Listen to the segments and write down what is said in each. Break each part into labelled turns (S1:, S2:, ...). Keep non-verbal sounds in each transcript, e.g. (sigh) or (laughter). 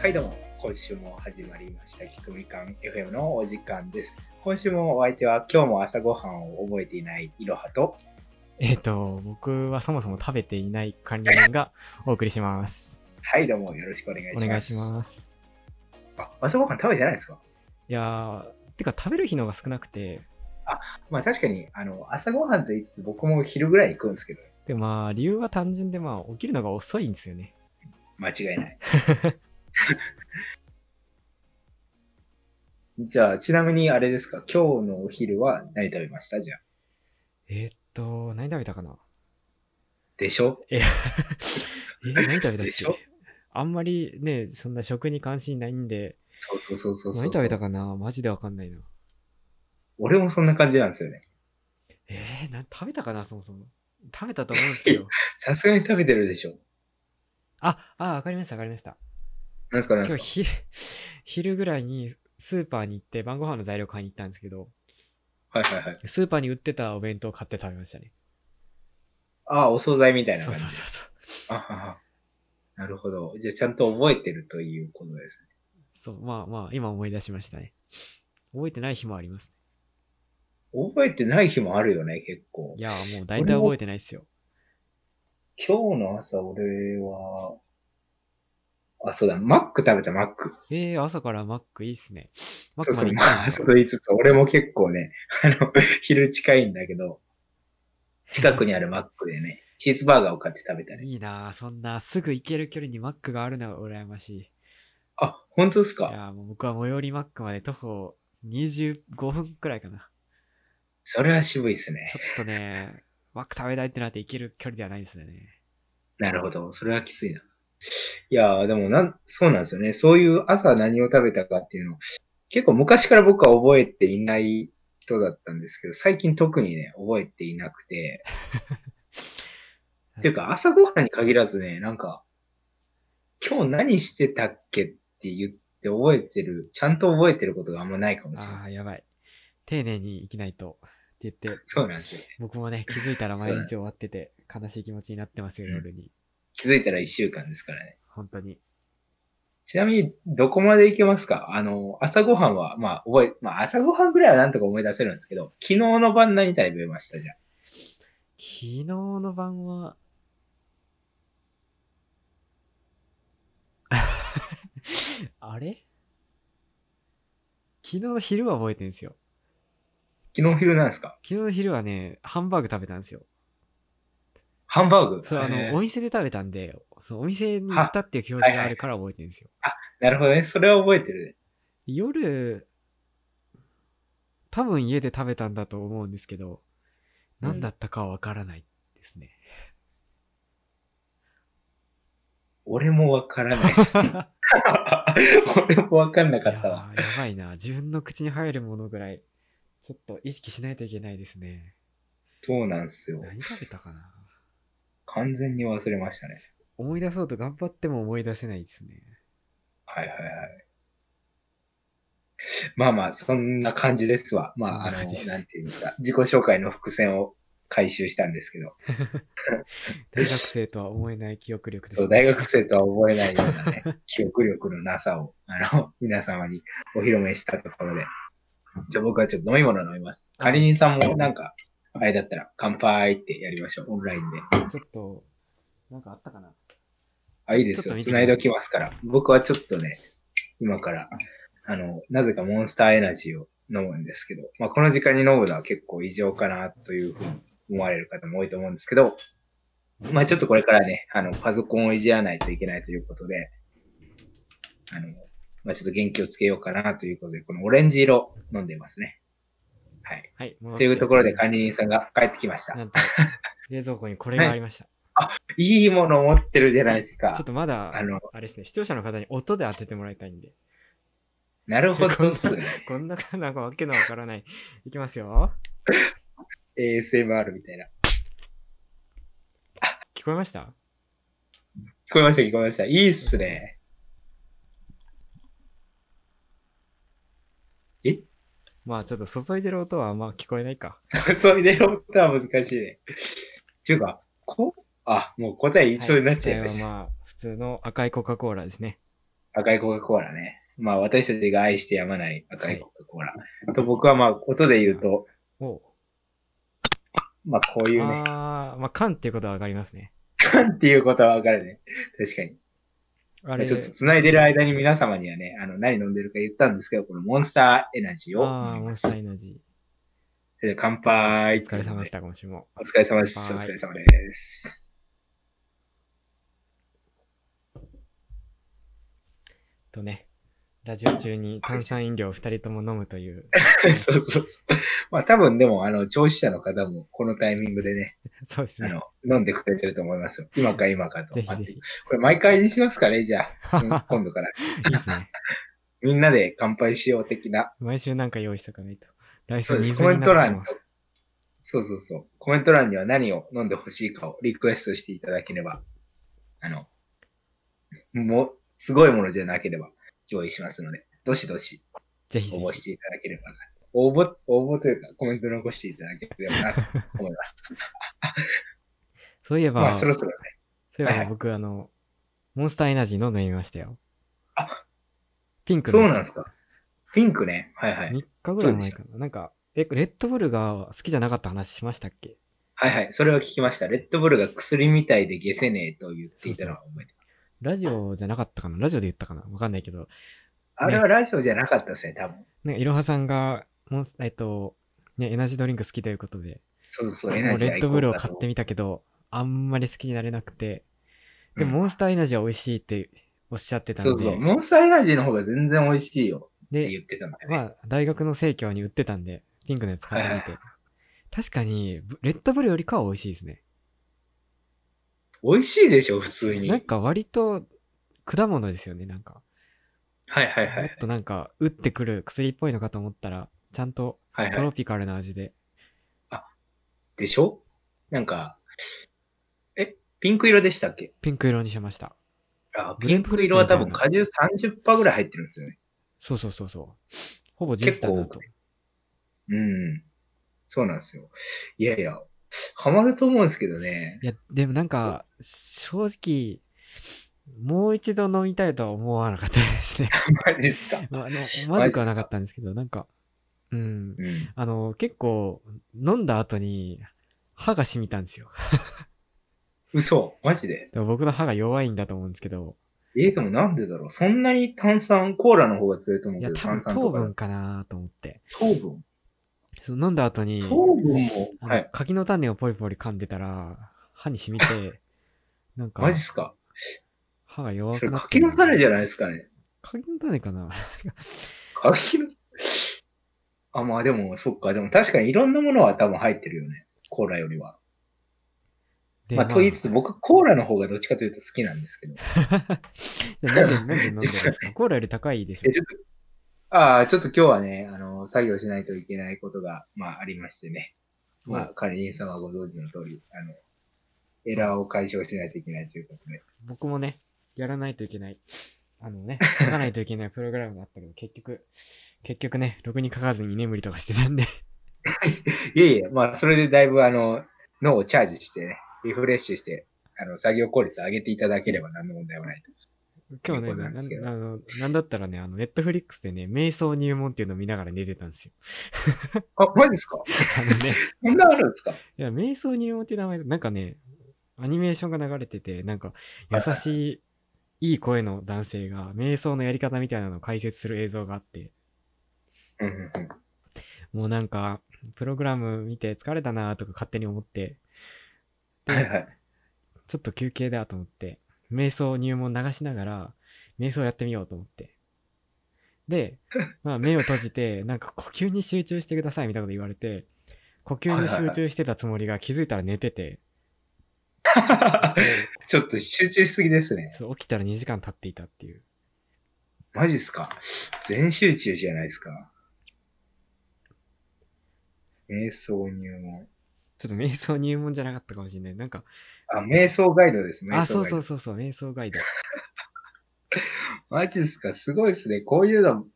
S1: はいどうも今週も始まりました「聞くみかん FM」のお時間です今週もお相手は今日も朝ごはんを覚えていないいろはと
S2: えっ、と、僕はそもそも食べていない管理人 (laughs) がお送りします。
S1: はいどうもよろしくお願いし
S2: お
S1: ます
S2: 願いします。
S1: あ朝ごはん食べてないですか
S2: いやー、てか食べる日のが少なくて、
S1: まあ確かにあの朝ごはんと言いつつ僕も昼ぐらいに食うんですけど
S2: で、まあ、理由は単純で、まあ、起きるのが遅いんですよね。
S1: 間違い
S2: (laughs)
S1: ないじゃあちなみにあれですか今日のお昼は何食べましたじゃあ
S2: えっと、何食べたかな
S1: でしょ
S2: (laughs) え、え何食べたっ
S1: でしょ
S2: けあんまりね、そんな食に関心ないんで、
S1: そうそうそうそうそう
S2: 何食べたかなマジでわかんないな。
S1: 俺もそんな感じなんですよね
S2: えー、な食べたかなそもそも。食べたと思うんです (laughs) けど。
S1: さすがに食べてるでしょ
S2: あ、あ、わかりました、わかりました。
S1: なんすかなんす
S2: 今
S1: か
S2: 日ひ (laughs) 昼ぐらいにスーパーに行って晩ご飯の材料買いに行ったんですけど
S1: はいはいはい。
S2: スーパーに売ってたお弁当を買って食べましたね
S1: ああ、お惣菜みたいな
S2: そ
S1: 感
S2: う
S1: じ。
S2: そうそうそう
S1: あははなるほど。じゃあちゃんと覚えてるということですね。
S2: そうまあまあ今思い出しましたね覚えてない日もあります
S1: 覚えてない日もあるよね、結構
S2: い。やもう大体覚えてないっすよ
S1: 今日の朝、俺は、あ、そうだ、マック食べた、マック。
S2: えー、朝からマックいいっすねマッ
S1: そ
S2: ク
S1: うそ
S2: まで
S1: う、
S2: 行っ
S1: ま
S2: たん
S1: あ、
S2: です
S1: そ
S2: よ
S1: う言いつつ、俺も結構ね、あの、 (laughs) 昼近いんだけど、近くにあるマックでね、チーズバーガーを買って食べたね。
S2: いいなあそんなすぐ行ける距離にマックがあるのは羨ましいい
S1: あ、本当ですか
S2: やーもう僕は最寄りマックまで徒歩25分くらいかな
S1: それは渋いです
S2: ちょ
S1: ね。
S2: っとねマック食べたいってなって行ける距離ではないですよね
S1: なるほど。それはきついな。いやー、でもなん、そうなんですよね。そういう朝何を食べたかっていうのを、結構昔から僕は覚えていない人だったんですけど、最近特にね、覚えていなくて。っていうか、朝ごはんに限らずね、なんか、今日何してたっけって言って覚えてる、ちゃんと覚えてることがあんまないかもしれ
S2: あ
S1: ない。
S2: あ、やばい。丁寧に生きないと。って言って、
S1: そうなんですよ。
S2: 僕も
S1: (laughs)
S2: ね、気づいたら
S1: そう
S2: 毎
S1: だね
S2: 日終わってて、悲しい気持ちになってますよ、
S1: うん
S2: 夜に。
S1: 気づいたら一週間ですからね。
S2: 本当に。
S1: ちなみに、どこまで行けますかあの、朝ごはんは、まあ、覚え、まあ、朝ごはんぐらいはなんとか思い出せるんですけど、昨日の晩何食べましたじゃん。
S2: 昨日の晩は、 (laughs) あれ昨日の昼は覚えてるんですよ。
S1: 昨日昼なんですか
S2: 昨日の昼はね、ハンバーグ食べたんですよ。
S1: ハンバーグ。
S2: そう、あ
S1: え
S2: の、お
S1: ー
S2: 店で食べたんで、そのお店に行ったっていう記憶があるから覚えてるんですよ。
S1: なるほどね。それは覚えてる。
S2: 夜多分家で食べたんだと思うんですけど、
S1: うん
S2: 何だったかはわからないですね。
S1: 俺もわから
S2: (laughs)
S1: ない (laughs) し俺もわかんないか
S2: や
S1: ったわ。
S2: ーやばいな自分の口に入るものぐらいちょっと意識しないといけないですね
S1: そうなんですよ。
S2: 何食べたかな
S1: 完全に忘れましたね。
S2: 思い出そうと頑張っても思い出せないですね
S1: はいはいはい。まあまあ、そんな感じですわ。まあ、あ
S2: そん
S1: の、
S2: な感じです
S1: なんていうんですか、自己紹介の伏線を回収したんですけど、
S2: 大学生とは思えない記憶力です
S1: そう、
S2: ね
S1: 大学生とは思えないようなね、記憶力のなさを、あの、皆様にお披露目したところで。じゃあ僕はちょっと飲み物飲みます。カリニンさんもなんか、あれだったら、乾杯ってやりましょう、オンラインで。
S2: ちょっとなんかあったかな
S1: あ、いいです
S2: ちょっと
S1: よ。
S2: 見て
S1: 繋いでおきますから。僕はちょっとね、今から、あの、なぜかモンスターエナジーを飲むんですけど、まあ、この時間に飲むのは結構異常かなというふうに思われる方も多いと思うんですけど、まあ、ちょっとこれからね、あの、パソコンをいじらないといけないということで、あの、まあ、ちょっと元気をつけようかなということで、このオレンジ色飲んでますね。はい。
S2: はい
S1: というところで管
S2: 感
S1: 理
S2: じ
S1: 人さんが帰ってきました。
S2: なんと冷蔵庫にこれがありました、
S1: いいもの持ってるじゃないです
S2: ちょ
S1: か
S2: っ。とまだ
S1: あの、
S2: あれですね、視聴者の方に音で当ててもらいたいんで、
S1: なるほどっすね。
S2: こんな、なんかわけのわからない。いきますよ。
S1: ASMR みたいな。
S2: 聞こえました
S1: 聞こえました、聞こえました。いいっすね。 (laughs)
S2: まあちょっと注いでる音はあんま聞こえないか。
S1: 注いでる音は難しいね。っていうか、こあ、もう答え言いそうになっちゃいました。
S2: はい答えはまあ普通の赤いコカ・コーラですね。
S1: 赤いコカ・コーラね。まあ私たちが愛してやまない赤いコカ・コーラ。と僕はまあ音で言うと、
S2: おう
S1: まあこういうね、
S2: ああ、まあ、缶っていうことはわかりますね。
S1: 缶っていうことはわかるね。確かに。
S2: あれ、
S1: ちょっと繋いでる間に皆様にはね、あの、何飲んでるか言ったんですけど、このモンスターエナジーを
S2: あ
S1: 飲
S2: あ、
S1: み
S2: モ
S1: ま
S2: ン
S1: す
S2: スターエナジ
S1: それでは乾
S2: ー。
S1: 杯
S2: お疲れ様でした、今週も。
S1: お疲れ様です。お
S2: 乾杯
S1: 疲れ様です。
S2: とね、ラジオ中に炭酸飲料を2人とも飲むという、 (laughs)
S1: (laughs) そうそうそう。まあ多分でも、あの、聴取者の方もこのタイミングでね、
S2: そうです
S1: あ
S2: ね
S1: の。、飲んでくれてると思いますよ。今か今かと。
S2: ぜひぜ
S1: 待って
S2: ひ。い
S1: これ毎回にしますかね、じゃあ。うん
S2: (laughs) い
S1: 今度から。
S2: ですね。
S1: みんなで乾杯しよう的な。
S2: 毎週なんか用意しとかないと。来
S1: そ
S2: 週
S1: うです。
S2: 水
S1: コメ
S2: に
S1: ント
S2: なってし
S1: 欄
S2: まう
S1: に。そうそうそう。コメント欄には何を飲んでほしいかをリクエストしていただければ、あの、もう、すごいものじゃなければ用意しますので、どしどし
S2: ぜひぜ
S1: 応募し
S2: ひ。
S1: ていただければな。応募、応募というかコメント残していただければなと思います。
S2: そういえば、
S1: まあ、そ
S2: そ
S1: ろそろね。
S2: ういえ
S1: はいは
S2: ば
S1: い
S2: 僕、あの、モンスターエナジー飲んでみましたよ。
S1: あ、
S2: ピンク
S1: そう
S2: やつ
S1: なんですか。ピンクね。はいはい。
S2: 3日ぐらい前かな。なんか、え、レッドブルが好きじゃなかった話しましたっけ
S1: はいはい。それは聞きました。レッドブルが薬みたいでゲセねえと言っていたのは覚えてます。
S2: ラジオじゃなかったかなラジオで言ったかなわかんないけど、
S1: あれはラジオじゃなかったですね、多分。
S2: なんかいろはさんが、モンスえっと、ね、エナジードリンク好きということで、
S1: そうそう、エ
S2: も
S1: ナ
S2: う
S1: ジー
S2: レッドブルを買って
S1: み
S2: みたけど、あんまり好きになれなくて、で
S1: て
S2: もモンスターエナジーは美味しいっておっしゃってた
S1: そ
S2: の
S1: う
S2: で、
S1: そう、モンスターエナジーの方が全然美味しいよって
S2: で
S1: 言、ってたんだよね。
S2: まあ、大学の生協に売ってたんで、ピンクのやつ買ってみて。確かに、ブレッドブルよりかは美味しいですね。
S1: 美味しいでしょ、普通に。
S2: な
S1: は
S2: ん
S1: い
S2: か割と果物ですよね、なんか。
S1: はいは
S2: もっ
S1: い。
S2: となんか、打ってくる薬っぽいのかと思ったら、ちゃんと
S1: はい
S2: ト
S1: は
S2: ロ
S1: い。
S2: ピカルな味で。
S1: でしょなんか、え、ピンク色でしたっけ
S2: ピンク色にしました。
S1: あ
S2: グ
S1: ピ
S2: レー
S1: ン
S2: プ
S1: ク
S2: フルーツ
S1: 色は多分
S2: みた
S1: 果汁30%ぐらい入ってるんですよね。
S2: そうそうそうそう。ほぼジュースだな
S1: 結構多。
S2: と
S1: うん。そうなんですよ。いやいや、ハマると思うんですけどね。
S2: いや、でもなんか、正直、もう一度飲みたいとは思わなかったで
S1: (laughs)
S2: すね。
S1: マジっすか。
S2: まああのまずくはなかったんですけど、なんか、うん。
S1: うん。
S2: あの、結構、飲んだ後に、歯が染みたんですよ。
S1: 嘘マジで
S2: でも僕の歯が弱いんだと思うんですけど、
S1: えー、でもなんでだろうそんなに炭酸、コーラの方が強いと思うけ
S2: いや、
S1: ど、
S2: 多分
S1: 炭酸
S2: 糖
S1: とかだ
S2: 分かなと思って。
S1: 糖分
S2: その飲んだ後に、
S1: 糖分も、
S2: あの
S1: はい。
S2: 柿の種をポリポリ噛んでたら、歯に染みて、なんか
S1: マジっ、すか
S2: 歯が弱
S1: そ
S2: く
S1: れ
S2: なって。
S1: 柿の種じゃないですかね。
S2: 柿の種かな
S1: 柿の、あ、まあでも、そっか。でも確かにいろんなものは多分入ってるよね。コーラよりは。
S2: で
S1: まあ、と言いつつ、僕、コーラの方がどっちかというと好きなんですけど。
S2: じゃあ (laughs) なんで、なんで飲ん
S1: (laughs)
S2: だんですかコーラより高いでしょ
S1: え、。ちょっと、ああ、ちょっと今日はね、あの、作業しないといけないことが、まあ、ありましてね。まあ、管理人様はご存知の通り、あの、エラーを解消しないといけないということで。
S2: 僕もね、やらないといけない、あのね、
S1: (laughs)
S2: 書かないといけないプログラムがあったけど、結局、結局ね、ログに書かずに居眠りとかしてたんで、
S1: いえいえ、まあ、それでだいぶ、あの、脳をチャージしてね、リフレッシュして、あの、作業効率を上げていただければ何の問題もないと。
S2: 今
S1: い
S2: 日ね、
S1: いこと
S2: な
S1: なんんですけど
S2: あのなんだったらね、あの、ネットフリックスでね、瞑想入門っていうのを見ながら寝てた
S1: (laughs)
S2: んですよ。
S1: あ、マジですか
S2: あのね、
S1: そんなあるんですか
S2: いや、瞑想入門って名前で、なんかね、アニメーションが流れてて、なんか、優しい、いい声の男性が、瞑想のやり方みたいなのを解説する映像があって、
S1: うんうん (laughs) うん。
S2: もうなんか、プログラム見て疲れたなとか勝手に思って、で
S1: はいはい。
S2: ちょっと休憩だと思って、瞑想入門流しながら、瞑想やってみようと思って。
S1: (laughs)
S2: で、まあ、目を閉じて、なんか呼吸に集中してくださいみたいなこと言われて、呼吸に集中してたつもりが気づいたら寝てて、
S1: ちょっと集中しすぎですね。
S2: そう起きたら2時間経っていたっていう。
S1: マジっすか全集中じゃないですか。瞑想入門。
S2: ちょっと瞑想入門じゃなかったかもしれない。なんか、
S1: あ、瞑想ガイドです。瞑想ガイド。
S2: あ、そうそうそうそう、瞑想ガイド。
S1: マジっすかすごいっすね。こういうの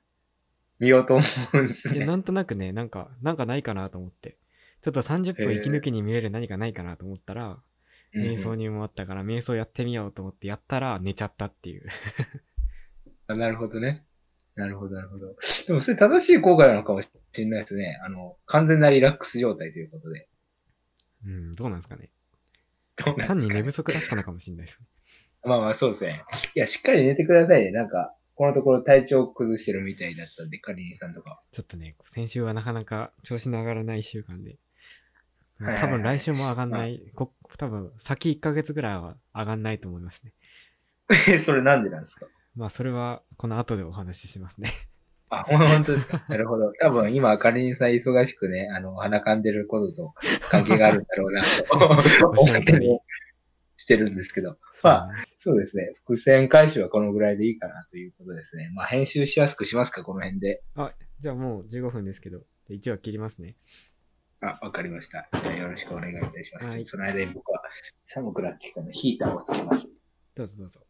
S1: 見ようと思うんです
S2: で、
S1: ね。
S2: なんとなくね、なんか、なんかないかなと思って。ちょっと30分息抜きに見れる何かないかなと思ったら、瞑想
S1: に。
S2: 入門あったから、瞑想やってみようと思ってやったら寝ちゃったっていう。
S1: ああなるほどね。なるほど、なるほど。でもそれ正しい効果なのかもしれないですね。あの、完全なリラックス状態ということで。
S2: (laughs) うん、どうなんですかね。
S1: どうなん
S2: 単
S1: です
S2: に
S1: か
S2: 寝不足だったのかもしれないです。
S1: まあまあ、そうですね。いや、しっかり寝てくださいね。なんか、このところ体調崩してるみたいだったんで、カリンさんとか。
S2: ちょっとね、先週はなかなか調子の上がらない1週間で、まあ
S1: はいはいは
S2: 多
S1: い
S2: 分来週も上がんない、こ多分先1ヶ月ぐらいは上がんないと思いますね。
S1: え、それなんでなんですか
S2: まあそれはこの後でお話ししますね。
S1: あ、ほん (laughs) 本当ですか。なるほど。多分今、カリンさん忙しくね、あの、鼻かんでることと関係があるんだろうな、と
S2: おっしゃ
S1: 思
S2: る
S1: っ
S2: 通
S1: て
S2: り
S1: ねしてるんですけど。
S2: (laughs) そう
S1: まあ
S2: なんです
S1: そうですね。伏線回収はこのぐらいでいいかなということですね。まあ、編集しやすくしますか、この辺で。
S2: あ、じゃあもう15分ですけど、1話切りますね。
S1: あ、わかりました。じゃあよろしくお願いいたします。
S2: はい
S1: ちょっとその間に僕は寒くなってきたのでヒーターをつけます。
S2: どうぞどうぞ。